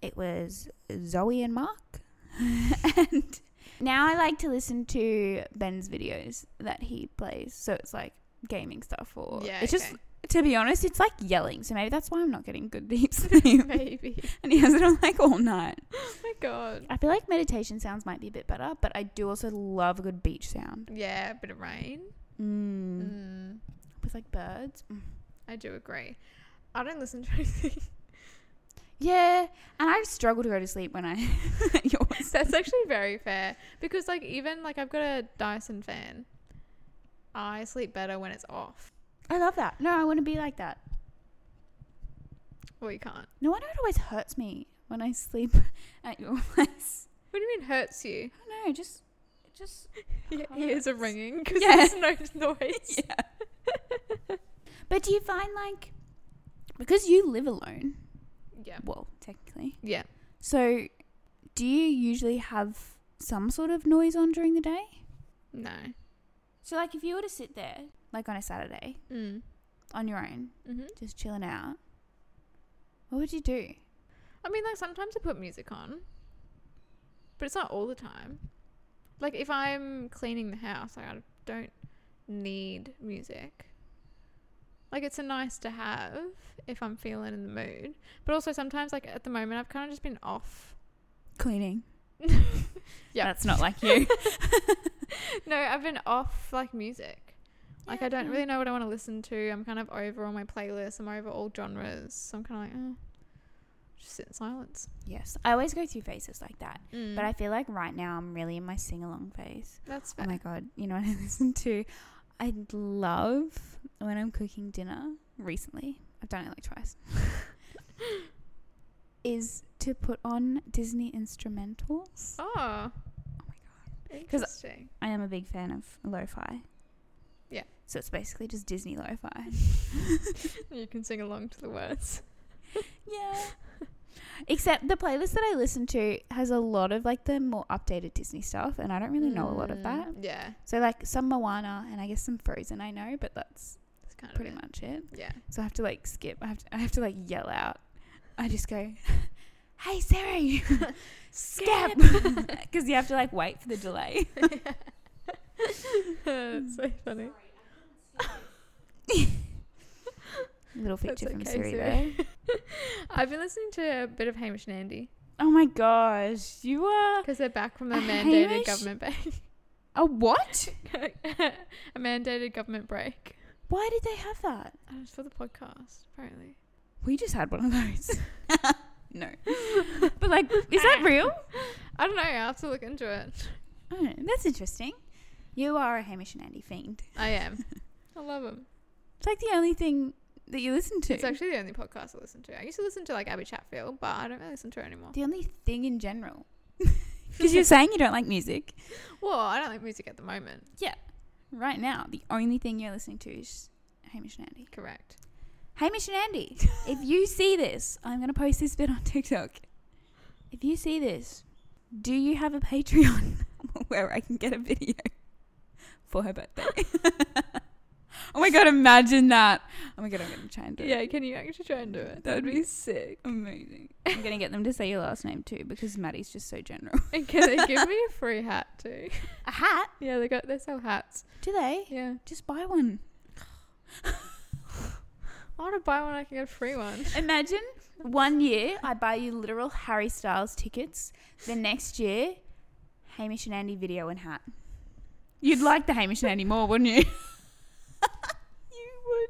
Speaker 1: it was Zoe and Mark. and now I like to listen to Ben's videos that he plays. So it's like gaming stuff or
Speaker 2: yeah.
Speaker 1: it's just
Speaker 2: okay.
Speaker 1: to be honest, it's like yelling. So maybe that's why I'm not getting good deep sleep.
Speaker 2: maybe.
Speaker 1: and he has it on like all night.
Speaker 2: Oh my god.
Speaker 1: I feel like meditation sounds might be a bit better, but I do also love a good beach sound.
Speaker 2: Yeah, a bit of rain.
Speaker 1: Mm.
Speaker 2: Mm,
Speaker 1: With like birds. Mm.
Speaker 2: I do agree. I don't listen to anything.
Speaker 1: Yeah, and I struggle to go to sleep when I yours.
Speaker 2: That's actually very fair because, like, even like I've got a Dyson fan. I sleep better when it's off.
Speaker 1: I love that. No, I want to be like that.
Speaker 2: Well, you can't.
Speaker 1: No wonder it always hurts me when I sleep at your place.
Speaker 2: What do you mean hurts you?
Speaker 1: I don't know, just, just.
Speaker 2: Your ears are
Speaker 1: Hurts.
Speaker 2: ringing because
Speaker 1: Yeah.
Speaker 2: there's no noise.
Speaker 1: Yeah. but do you find like, because you live alone?
Speaker 2: Yeah.
Speaker 1: Well, technically.
Speaker 2: Yeah.
Speaker 1: So, do you usually have some sort of noise on during the day?
Speaker 2: No.
Speaker 1: So, like, if you were to sit there, like on a Saturday,
Speaker 2: Mm.
Speaker 1: on your own,
Speaker 2: Mm-hmm.
Speaker 1: just chilling out, what would you do?
Speaker 2: I mean, like sometimes I put music on, but it's not all the time. Like if I'm cleaning the house, like I don't need music. Like it's a nice to have if I'm feeling in the mood, but also sometimes, like at the moment, I've kind of just been off.
Speaker 1: Cleaning.
Speaker 2: Yeah.
Speaker 1: That's not like you.
Speaker 2: No, I've been off like music. Like I don't
Speaker 1: Yeah.
Speaker 2: really know what I want to listen to. I'm kind of over all my playlists. I'm over all genres. So I'm kind of like, oh, just sit in silence.
Speaker 1: yes, I always go through phases like that.
Speaker 2: Mm.
Speaker 1: But I feel like right now I'm really in my sing along phase.
Speaker 2: that's
Speaker 1: Oh
Speaker 2: fair.
Speaker 1: my God. You know what I listen to? I love when I'm cooking dinner recently, I've done it like twice, is to put on Disney instrumentals.
Speaker 2: Oh.
Speaker 1: Oh my God.
Speaker 2: Interesting.
Speaker 1: I am a big fan of lo-fi.
Speaker 2: Yeah.
Speaker 1: So it's basically just Disney lo-fi.
Speaker 2: you can sing along to the words.
Speaker 1: yeah. Except the playlist that I listen to has a lot of like the more updated Disney stuff, and I don't really know a lot of that.
Speaker 2: Mm. Yeah.
Speaker 1: So like some Moana and I guess some Frozen I know, but that's
Speaker 2: It's kind
Speaker 1: pretty
Speaker 2: of it.
Speaker 1: much it.
Speaker 2: Yeah.
Speaker 1: So I have to like skip. I have to, I have to like yell out. I just go, "Hey Siri, skip," because you have to like wait for the delay.
Speaker 2: That's so funny.
Speaker 1: Little
Speaker 2: That's
Speaker 1: feature from
Speaker 2: okay,
Speaker 1: Siri,
Speaker 2: Siri.
Speaker 1: though.
Speaker 2: I've been listening to a bit of Hamish and Andy
Speaker 1: Oh my gosh, you are
Speaker 2: because they're back from a
Speaker 1: Uh,
Speaker 2: mandated
Speaker 1: Hamish?
Speaker 2: government break.
Speaker 1: a what?
Speaker 2: a mandated government break.
Speaker 1: Why did they have that?
Speaker 2: And it's for the podcast, apparently.
Speaker 1: We just had one of those. no. But like, is that real?
Speaker 2: I don't know. I'll have to look into it.
Speaker 1: Oh, that's interesting. You are a Hamish and Andy fiend.
Speaker 2: I am. I love them.
Speaker 1: It's like the only thing that you listen to.
Speaker 2: It's actually the only podcast I listen to. I used to listen to like Abby Chatfield, but I don't really listen to her anymore.
Speaker 1: the only thing in general. Because you're saying you don't like music.
Speaker 2: Well, I don't like music at the moment.
Speaker 1: Right now, the only thing you're listening to is Hamish and Andy.
Speaker 2: Correct.
Speaker 1: Hamish and Andy, if you see this, I'm going to post this bit on TikTok. If you see this, do you have a Patreon where I can get a video for her birthday? oh my god, imagine that. Oh my god, I'm going to try and do it.
Speaker 2: Yeah, can you actually try and do it?
Speaker 1: That would be
Speaker 2: sick.
Speaker 1: Amazing. I'm going to get them to say your last name too because Maddie's just so general.
Speaker 2: And can they give me a free hat too?
Speaker 1: A hat?
Speaker 2: Yeah, they got they sell hats.
Speaker 1: Do they?
Speaker 2: Yeah.
Speaker 1: Just buy one.
Speaker 2: I wanna buy one, I can get a free one.
Speaker 1: Imagine one year I buy you literal Harry Styles tickets. The next year, Hamish and Andy video and hat. You'd like the Hamish and Andy more, wouldn't you?
Speaker 2: You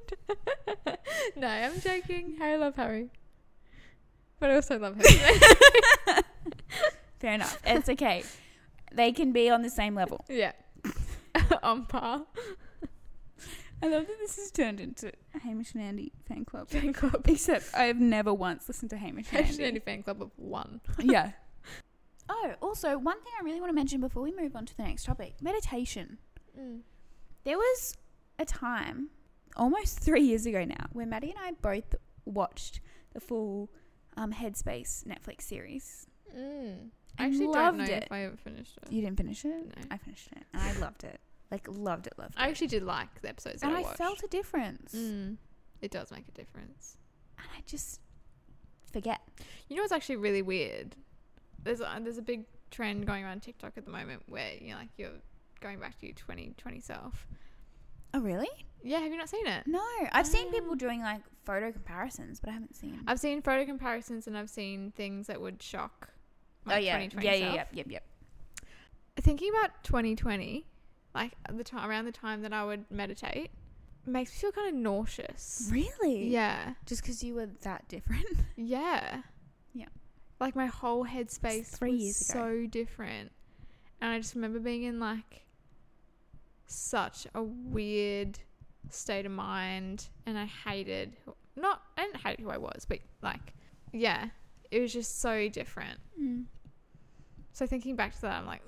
Speaker 2: would. no, I'm joking. Harry love Harry. But I also love Harry.
Speaker 1: Fair enough. It's okay. They can be on the same level.
Speaker 2: yeah. On par.
Speaker 1: I love that this has turned into a Hamish and Andy fan club.
Speaker 2: Fan club.
Speaker 1: Except I have never once listened to Hamish and
Speaker 2: Actually,
Speaker 1: Andy.
Speaker 2: only fan club of one.
Speaker 1: yeah. Oh, also, one thing I really want to mention before we move on to the next topic meditation. Mm. There was a time, almost three years ago now, where Maddie and I both watched the full um, Headspace Netflix series.
Speaker 2: Mm.
Speaker 1: I
Speaker 2: I actually
Speaker 1: loved
Speaker 2: don't know
Speaker 1: it.
Speaker 2: if I ever finished it.
Speaker 1: You didn't finish it?
Speaker 2: No.
Speaker 1: I finished it. And I loved it. Like, loved it, loved it.
Speaker 2: I actually did like the episodes that
Speaker 1: and
Speaker 2: I,
Speaker 1: I
Speaker 2: watched.
Speaker 1: felt a difference.
Speaker 2: Mm. It does make a difference.
Speaker 1: And I just forget.
Speaker 2: You know what's actually really weird? There's a, there's a big trend going around TikTok at the moment where you know, like you're going back to your 2020 self.
Speaker 1: Oh, really?
Speaker 2: Yeah, have you not seen it?
Speaker 1: No. I've seen people
Speaker 2: Oh.
Speaker 1: doing like photo comparisons, but I haven't seen.
Speaker 2: I've seen photo comparisons and I've seen things that would shock. My
Speaker 1: oh, yeah.
Speaker 2: 2020
Speaker 1: Yeah,
Speaker 2: self.
Speaker 1: yeah, yep, yep, yep.
Speaker 2: Thinking about 2020, like the time around the time that I would meditate, makes me feel kind of nauseous.
Speaker 1: Really?
Speaker 2: Yeah,
Speaker 1: Just because you were that different.
Speaker 2: yeah,
Speaker 1: Yeah.
Speaker 2: Like my whole headspace
Speaker 1: three
Speaker 2: was
Speaker 1: years ago.
Speaker 2: so different, and I just remember being in like such a weird state of mind, and I hated not I didn't hate who I was, but like yeah, it was just so different. So thinking back to that, I'm like,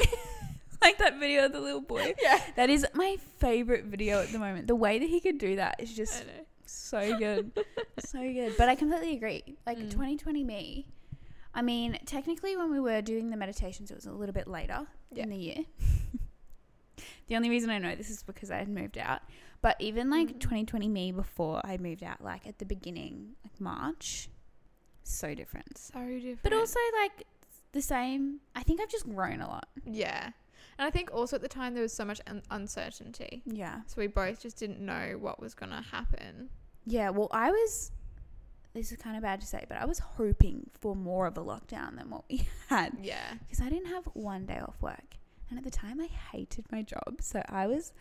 Speaker 1: like that video of the little boy.
Speaker 2: yeah,
Speaker 1: That is my favorite video at the moment. The way that he could do that is just so good. so good. But I completely agree. Like
Speaker 2: Mm.
Speaker 1: 2020 me. I mean, technically when we were doing the meditations it was a little bit later
Speaker 2: Yeah.
Speaker 1: in the year. the only reason I know this is because I had moved out. But even like
Speaker 2: Mm.
Speaker 1: 2020 me before I moved out like at the beginning, like March, so different.
Speaker 2: so different.
Speaker 1: But also like the same. I think I've just grown a lot.
Speaker 2: yeah, and I think also at the time there was so much un- uncertainty,
Speaker 1: Yeah.
Speaker 2: so we both just didn't know what was gonna happen.
Speaker 1: Yeah, well, I was. This is kind of bad to say, but I was hoping for more of a lockdown than what we had
Speaker 2: Yeah,
Speaker 1: because I didn't have one day off work. And at the time, I hated my job. So I was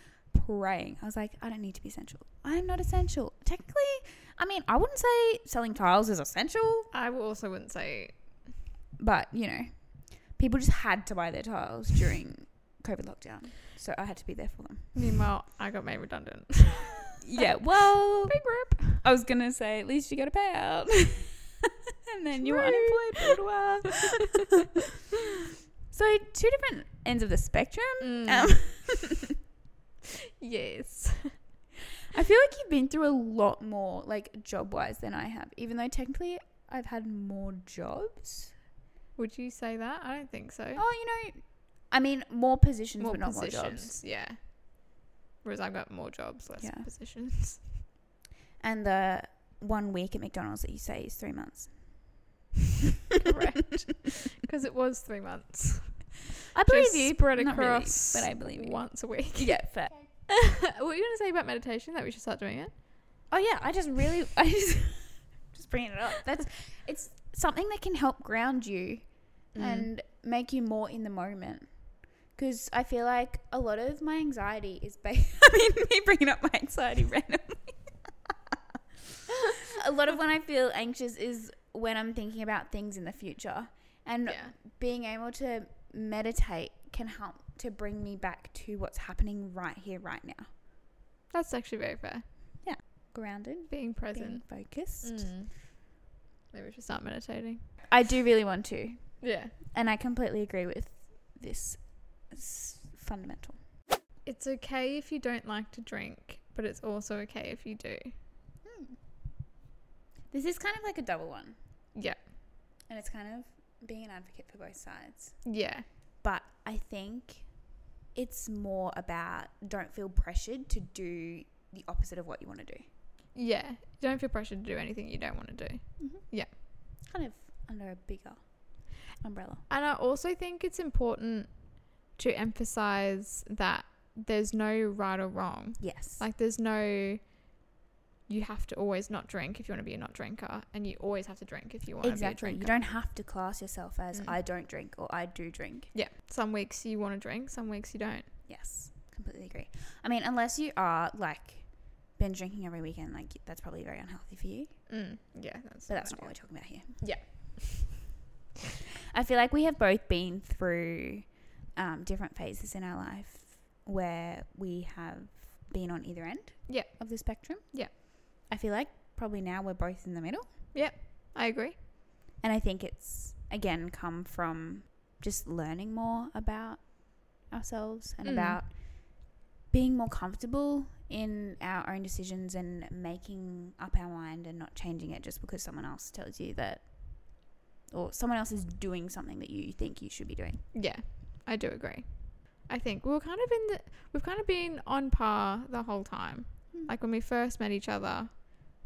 Speaker 1: praying. I was like, I don't need to be essential. I'm not essential. Technically, I mean, I wouldn't say selling tiles is essential,
Speaker 2: I w- also wouldn't say
Speaker 1: but you know, people just had to buy their tiles during COVID lockdown. So I had to be there for them.
Speaker 2: Meanwhile, I got made redundant.
Speaker 1: Yeah, well,
Speaker 2: Big rip.
Speaker 1: I was gonna say at least you got a payout, and then you were
Speaker 2: True.
Speaker 1: unemployed for a little while. so two different ends of the spectrum. Um,
Speaker 2: Mm. yes.
Speaker 1: I feel like you've been through a lot more, like job wise, than I have. Even though technically I've had more jobs.
Speaker 2: Would you say that? I don't think so.
Speaker 1: Oh, you know, I mean more positions,
Speaker 2: more
Speaker 1: but not
Speaker 2: positions.
Speaker 1: more jobs.
Speaker 2: Yeah. Whereas I've got more jobs, less
Speaker 1: Yeah.
Speaker 2: positions.
Speaker 1: And the one week at McDonald's that you say is three months.
Speaker 2: Correct. Because it was three months.
Speaker 1: I believe
Speaker 2: Just
Speaker 1: you.
Speaker 2: spread
Speaker 1: Not really,
Speaker 2: across
Speaker 1: but I believe you.
Speaker 2: once a week.
Speaker 1: Yeah, fair.
Speaker 2: what were you going to say about meditation? That we should start doing it?
Speaker 1: Oh yeah, I just really, I just, just bringing it up. That's it's something that can help ground you
Speaker 2: Mm-hmm. Um,
Speaker 1: and make you more in the moment. Because I feel like a lot of my anxiety is based. I mean, me bringing up my anxiety randomly. a lot of when I feel anxious is when I'm thinking about things in the future, and
Speaker 2: yeah.
Speaker 1: being able to meditate can help to bring me back to what's happening right here, right now.
Speaker 2: That's actually very fair.
Speaker 1: Grounded,
Speaker 2: Being
Speaker 1: being
Speaker 2: present.
Speaker 1: focused.
Speaker 2: Mm. Maybe we should start meditating.
Speaker 1: I do really want to.
Speaker 2: Yeah.
Speaker 1: And I completely agree with this s- fundamental.
Speaker 2: It's okay if you don't like to drink, but it's also okay if you do.
Speaker 1: Hmm. This is kind of like a double one.
Speaker 2: Yeah.
Speaker 1: And it's kind of being an advocate for both sides.
Speaker 2: Yeah.
Speaker 1: But I think it's more about don't feel pressured to do the opposite of what you want to do.
Speaker 2: Yeah. You don't feel pressured to do anything you don't want to do.
Speaker 1: Mm-hmm. Kind of under a bigger umbrella.
Speaker 2: And I also think it's important to emphasize that there's no right or wrong.
Speaker 1: Yes.
Speaker 2: Like, there's no you have to always not drink if you want to be a not drinker, and you always have to drink if you want
Speaker 1: Exactly. Mm-hmm.
Speaker 2: to be
Speaker 1: You
Speaker 2: a drinker.
Speaker 1: don't have to class yourself as
Speaker 2: Mm.
Speaker 1: I don't drink or I do drink.
Speaker 2: yeah, some weeks you want to drink, some weeks you don't.
Speaker 1: Yes, completely agree. I mean, unless you are like been drinking every weekend, like that's probably very unhealthy for you.
Speaker 2: Mm, yeah, that's
Speaker 1: But that's
Speaker 2: what
Speaker 1: not
Speaker 2: I
Speaker 1: what we're talking about here.
Speaker 2: Yeah.
Speaker 1: I feel like we have both been through um, different phases in our life where we have been on either end
Speaker 2: Yeah.
Speaker 1: of the spectrum.
Speaker 2: Yeah.
Speaker 1: I feel like probably now we're both in the middle.
Speaker 2: do. I agree.
Speaker 1: And I think it's, again, come from just learning more about ourselves and
Speaker 2: Mm.
Speaker 1: about being more comfortable in our own decisions and making up our mind and not changing it just because someone else tells you that or someone else is doing something that you think you should be doing.
Speaker 2: Yeah, I do agree. I think we were kind of in the we've kind of been on par the whole time.
Speaker 1: Mm.
Speaker 2: Like when we first met each other,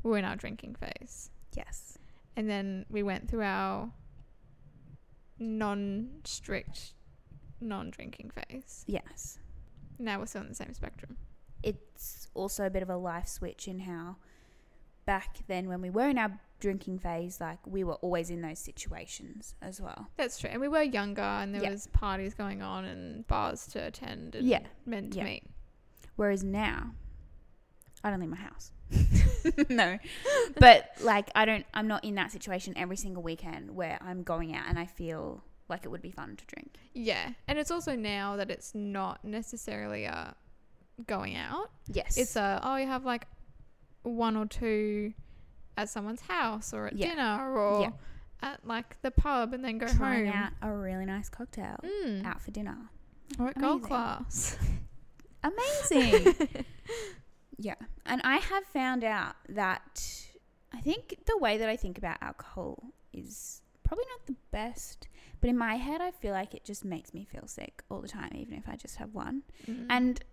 Speaker 2: we were in our drinking phase,
Speaker 1: Yes.
Speaker 2: and then we went through our non-strict non-drinking phase.
Speaker 1: Yes.
Speaker 2: Now we're still in the same spectrum.
Speaker 1: It's also a bit of a life switch in how back then when we were in our drinking phase like we were always in those situations as well.
Speaker 2: That's true. And we were younger, and there
Speaker 1: Yeah.
Speaker 2: was parties going on and bars to attend and
Speaker 1: Yeah.
Speaker 2: men to
Speaker 1: Yeah.
Speaker 2: meet.
Speaker 1: Whereas now, I don't leave my house. no, but like I don't. I'm not in that situation every single weekend where I'm going out and I feel like it would be fun to drink.
Speaker 2: Yeah, and it's also now that it's not necessarily a going out.
Speaker 1: Yes,
Speaker 2: It's a oh, you have like one or two at someone's house or at
Speaker 1: Yeah.
Speaker 2: dinner or
Speaker 1: Yeah.
Speaker 2: at like the pub, and then go
Speaker 1: trying
Speaker 2: home
Speaker 1: out a really nice cocktail
Speaker 2: Mm.
Speaker 1: out for dinner.
Speaker 2: or at golf
Speaker 1: Amazing.
Speaker 2: class.
Speaker 1: Amazing. yeah, and I have found out that I think the way that I think about alcohol is probably not the best. But in my head, I feel like it just makes me feel sick all the time, even if I just have one.
Speaker 2: Mm.
Speaker 1: And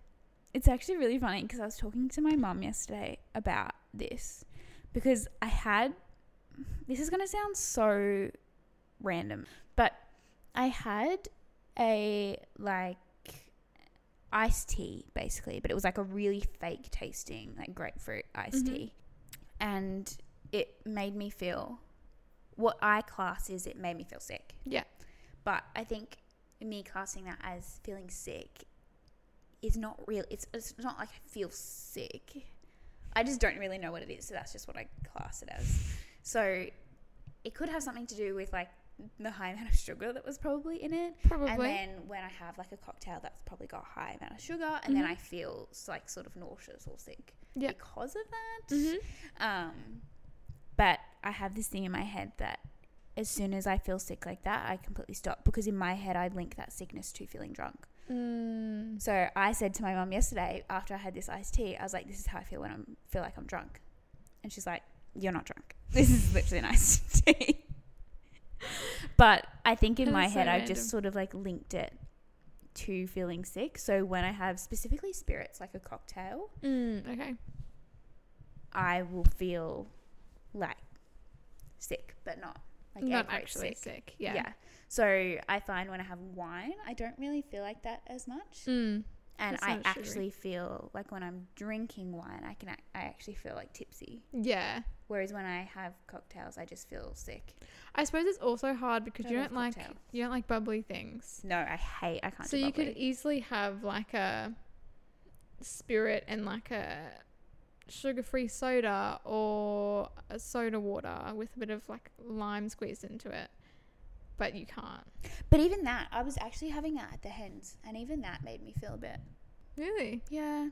Speaker 1: it's actually really funny because I was talking to my mum yesterday about this because I had this is going to sound so random, but I had a like iced tea basically, but it was like a really fake tasting like grapefruit iced
Speaker 2: Mhm.
Speaker 1: tea. And it made me feel what I class is it made me feel sick.
Speaker 2: Yeah.
Speaker 1: But I think me classing that as feeling sick is not real. It's it's not like I feel sick. I just don't really know what it is, so that's just what I class it as. So it could have something to do with like the high amount of sugar that was probably in it. And
Speaker 2: Probably.
Speaker 1: then when I have like a cocktail that's probably got a high amount of sugar, and then
Speaker 2: Mhm.
Speaker 1: I feel s- like sort of nauseous or sick
Speaker 2: Yeah.
Speaker 1: because of that.
Speaker 2: hmm
Speaker 1: Um, but I have this thing in my head that as soon as I feel sick like that, I completely stop because in my head I link that sickness to feeling drunk.
Speaker 2: Mm.
Speaker 1: So I said to my mum yesterday after I had this iced tea, I was like, "This is how I feel when I am feel like I'm drunk," and she's like, "You're not drunk. This is literally an iced tea." but I think in
Speaker 2: That
Speaker 1: my
Speaker 2: is so
Speaker 1: head, I've
Speaker 2: random.
Speaker 1: just sort of like linked it to feeling sick. So when I have specifically spirits like a cocktail,
Speaker 2: Mm. Okay.
Speaker 1: I will feel like sick, but not like air
Speaker 2: Not
Speaker 1: quotes
Speaker 2: actually sick. Yeah.
Speaker 1: Yeah. So I find when I have wine, I don't really feel like that as much,
Speaker 2: Mm.
Speaker 1: and
Speaker 2: That's
Speaker 1: I
Speaker 2: not sugary.
Speaker 1: actually feel like when I'm drinking wine, I can ac- I actually feel like tipsy.
Speaker 2: Yeah.
Speaker 1: Whereas when I have cocktails, I just feel sick.
Speaker 2: I suppose it's also hard because
Speaker 1: I
Speaker 2: you
Speaker 1: love
Speaker 2: don't like
Speaker 1: cocktail.
Speaker 2: you don't like bubbly things.
Speaker 1: No, I hate. I can't.
Speaker 2: So
Speaker 1: do
Speaker 2: you
Speaker 1: bubbly.
Speaker 2: could easily have like a spirit and like a sugar-free soda or a soda water with a bit of like lime squeezed into it. But you can't.
Speaker 1: But even that, I was actually having that at the hens, and even that made me feel a bit.
Speaker 2: Really?
Speaker 1: Yeah.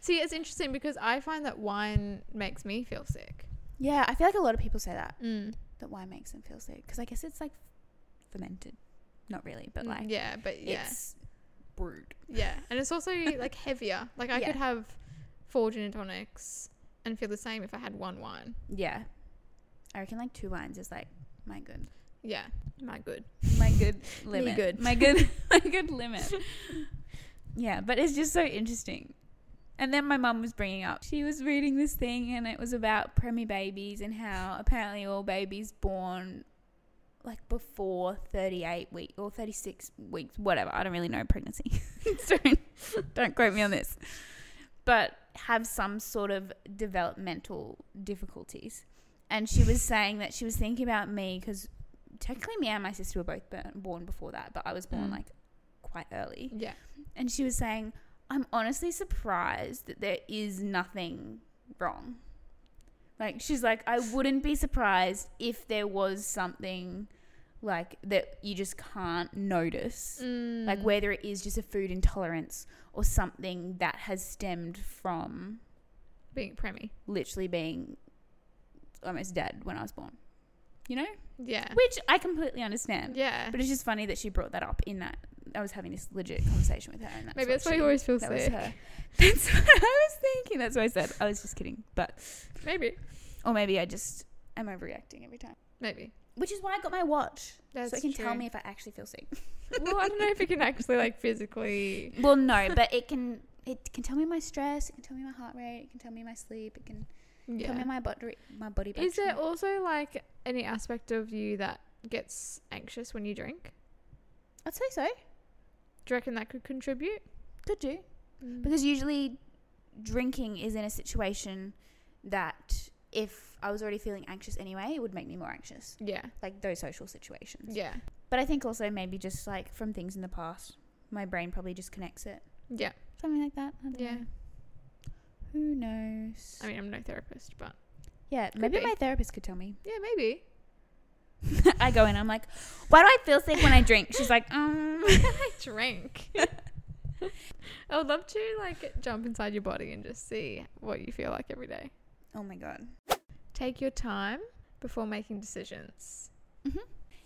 Speaker 2: See, it's interesting because I find that wine makes me feel sick.
Speaker 1: Yeah, I feel like a lot of people say that
Speaker 2: Mm.
Speaker 1: that wine makes them feel sick because I guess it's like fermented, not really, but
Speaker 2: Mm,
Speaker 1: like
Speaker 2: yeah, but yeah.
Speaker 1: it's brewed.
Speaker 2: Yeah, and it's also like heavier. Like I
Speaker 1: Yeah.
Speaker 2: could have four gin and tonics and feel the same if I had one wine.
Speaker 1: Yeah, I reckon like two wines is like my good,
Speaker 2: Yeah, my good.
Speaker 1: my good
Speaker 2: Me
Speaker 1: limit,
Speaker 2: good.
Speaker 1: my good, my good limit. yeah, but it's just so interesting. And then my mum was bringing up, she was reading this thing and it was about preemie babies and how apparently all babies born like before 38 week or 36 weeks, whatever. I don't really know pregnancy. don't, don't quote me on this. But have some sort of developmental difficulties. And she was saying that she was thinking about me because technically me and my sister were both burn, born before that, but I was born
Speaker 2: Mm.
Speaker 1: like quite early.
Speaker 2: Yeah.
Speaker 1: And she was saying, I'm honestly surprised that there is nothing wrong. Like, she's like, I wouldn't be surprised if there was something like that you just can't notice. Like,
Speaker 2: Mm.
Speaker 1: whether it is just a food intolerance or something that has stemmed from
Speaker 2: being preemie.
Speaker 1: literally being almost dead when I was born, you know?
Speaker 2: Yeah.
Speaker 1: Which I completely understand.
Speaker 2: yeah.
Speaker 1: But it's just funny that she brought that up in that I was having this legit conversation with her. And that's
Speaker 2: Maybe
Speaker 1: what
Speaker 2: that's why
Speaker 1: she-
Speaker 2: you always feel
Speaker 1: that was
Speaker 2: sick.
Speaker 1: her. That's what I was thinking. That's what I said. I was just kidding. But
Speaker 2: Maybe.
Speaker 1: or maybe I just am overreacting every time.
Speaker 2: Maybe.
Speaker 1: Which is why I got my watch.
Speaker 2: That's
Speaker 1: so it can tell
Speaker 2: true.
Speaker 1: me if I actually feel sick.
Speaker 2: well, I don't know if it can actually like physically.
Speaker 1: Well no, but it can it can tell me my stress, it can tell me my heart rate, it can tell me my sleep, it can tell me
Speaker 2: Yeah.
Speaker 1: my body my body
Speaker 2: Is there
Speaker 1: function.
Speaker 2: also like any aspect of you that gets anxious when you drink?
Speaker 1: I'd say so.
Speaker 2: Do you reckon that could contribute?
Speaker 1: Could do. Because usually drinking is in a situation that if I was already feeling anxious anyway, it would make me more anxious.
Speaker 2: yeah,
Speaker 1: Like those social situations.
Speaker 2: yeah,
Speaker 1: But I think also maybe just like from things in the past, my brain probably just connects it.
Speaker 2: yeah,
Speaker 1: Something like that. I don't
Speaker 2: yeah.
Speaker 1: know. Who knows?
Speaker 2: I mean, I'm no therapist, but
Speaker 1: yeah, maybe
Speaker 2: be.
Speaker 1: my therapist could tell me.
Speaker 2: yeah, maybe.
Speaker 1: I go in, I'm like, why do I feel sick when I drink? She's like, um.
Speaker 2: I drink. I would love to like jump inside your body and just see what you feel like every day.
Speaker 1: Oh my God.
Speaker 2: Take your time before making decisions.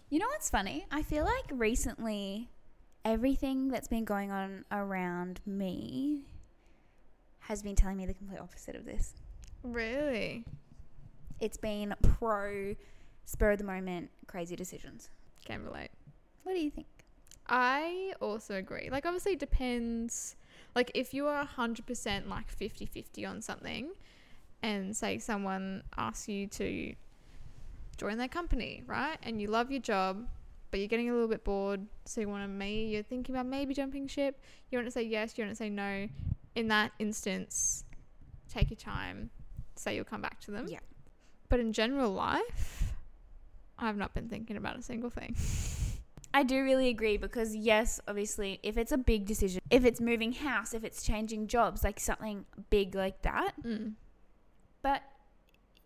Speaker 1: You know what's funny? I feel like recently everything that's been going on around me has been telling me the complete opposite of this.
Speaker 2: Really?
Speaker 1: It's been pro spur of the moment, crazy decisions.
Speaker 2: Can relate.
Speaker 1: What do you think?
Speaker 2: I also agree. Like, obviously, it depends. Like, if you are 100% like 50 50 on something, and say someone asks you to join their company, right? And you love your job, but you're getting a little bit bored. So you want to, maybe, you're thinking about maybe jumping ship. You want to say yes, you want to say no. In that instance, take your time, say you'll come back to them.
Speaker 1: Yeah.
Speaker 2: But in general life, I've not been thinking about a single thing.
Speaker 1: I do really agree because yes, obviously, if it's a big decision, if it's moving house, if it's changing jobs, like something big like that.
Speaker 2: Mm.
Speaker 1: But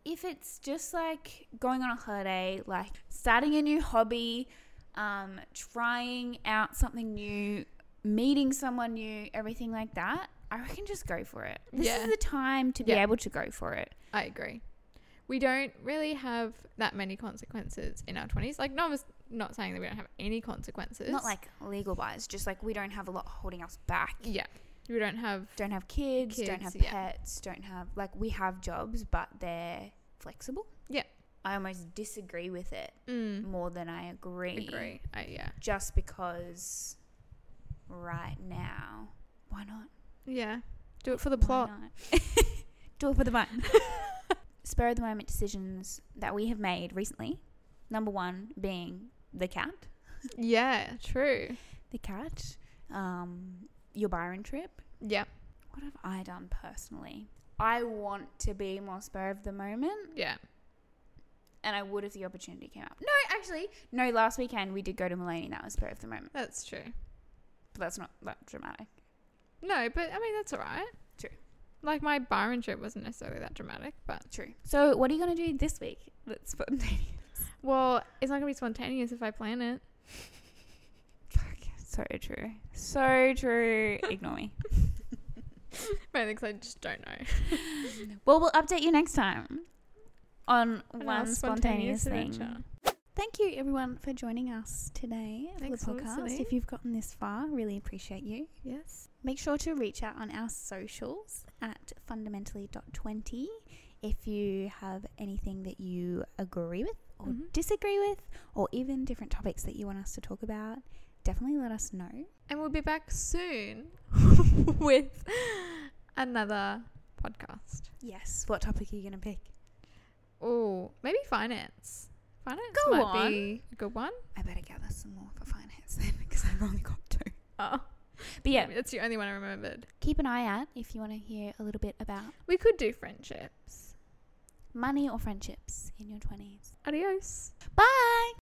Speaker 1: if it's just like going on a holiday, like starting a new hobby, um, trying out something new, meeting someone new, everything like that, I reckon just go for it. This
Speaker 2: Yeah.
Speaker 1: is the time to be
Speaker 2: Yeah.
Speaker 1: able to go for it.
Speaker 2: I agree. We don't really have that many consequences in our 20s. Like, no, I was not saying that we don't have any consequences.
Speaker 1: Not like legal wise, just like we don't have a lot holding us back.
Speaker 2: Yeah. We don't have.
Speaker 1: Don't have kids, don't
Speaker 2: Kids,
Speaker 1: have
Speaker 2: yeah.
Speaker 1: pets, don't have like we have jobs, but they're flexible.
Speaker 2: Yeah.
Speaker 1: I almost disagree with it
Speaker 2: Mm,
Speaker 1: more than I agree.
Speaker 2: agree. I, yeah.
Speaker 1: just because right now why not
Speaker 2: Yeah. Do it for the
Speaker 1: Why
Speaker 2: plot.
Speaker 1: not? do it for the moment spur of the moment decisions that we have made recently number one being the cat
Speaker 2: Yeah, true.
Speaker 1: the cat um your byron trip
Speaker 2: Yeah.
Speaker 1: what have i done personally i want to be more spur of the moment
Speaker 2: Yeah.
Speaker 1: and i would if the opportunity came up no actually no last weekend we did go to Mulaney. that was spur of the moment
Speaker 2: That's true.
Speaker 1: but that's not that dramatic
Speaker 2: No, but I mean, that's all right.
Speaker 1: True.
Speaker 2: Like, my Byron trip wasn't necessarily that dramatic, but.
Speaker 1: true so what are you going to do this week that's spontaneous
Speaker 2: Well, it's not going to be spontaneous if I plan it.
Speaker 1: So true. So true. Ignore me.
Speaker 2: Mainly 'cause I just don't know.
Speaker 1: Well, we'll update you next time on
Speaker 2: our
Speaker 1: one spontaneous,
Speaker 2: spontaneous
Speaker 1: thing.
Speaker 2: adventure.
Speaker 1: Thank you, everyone, for joining us today for
Speaker 2: Thanks
Speaker 1: the
Speaker 2: for
Speaker 1: podcast.
Speaker 2: listening.
Speaker 1: If you've gotten this far, really appreciate you.
Speaker 2: Yes.
Speaker 1: Make sure to reach out on our socials at fundamentally.20 if you have anything that you agree with or
Speaker 2: Mhm.
Speaker 1: disagree with, or even different topics that you want us to talk about. Definitely let us know.
Speaker 2: And we'll be back soon with another podcast.
Speaker 1: Yes, what topic are you going to pick?
Speaker 2: Oh, maybe finance. Finance
Speaker 1: Go
Speaker 2: might
Speaker 1: on.
Speaker 2: be a good one.
Speaker 1: I better gather some more for finance then because I've only got two.
Speaker 2: Oh.
Speaker 1: But yeah,
Speaker 2: That's the only one I remembered.
Speaker 1: keep an eye out if you want to hear a little bit about
Speaker 2: We could do friendships.
Speaker 1: money or friendships in your 20s.
Speaker 2: Adios.
Speaker 1: Bye!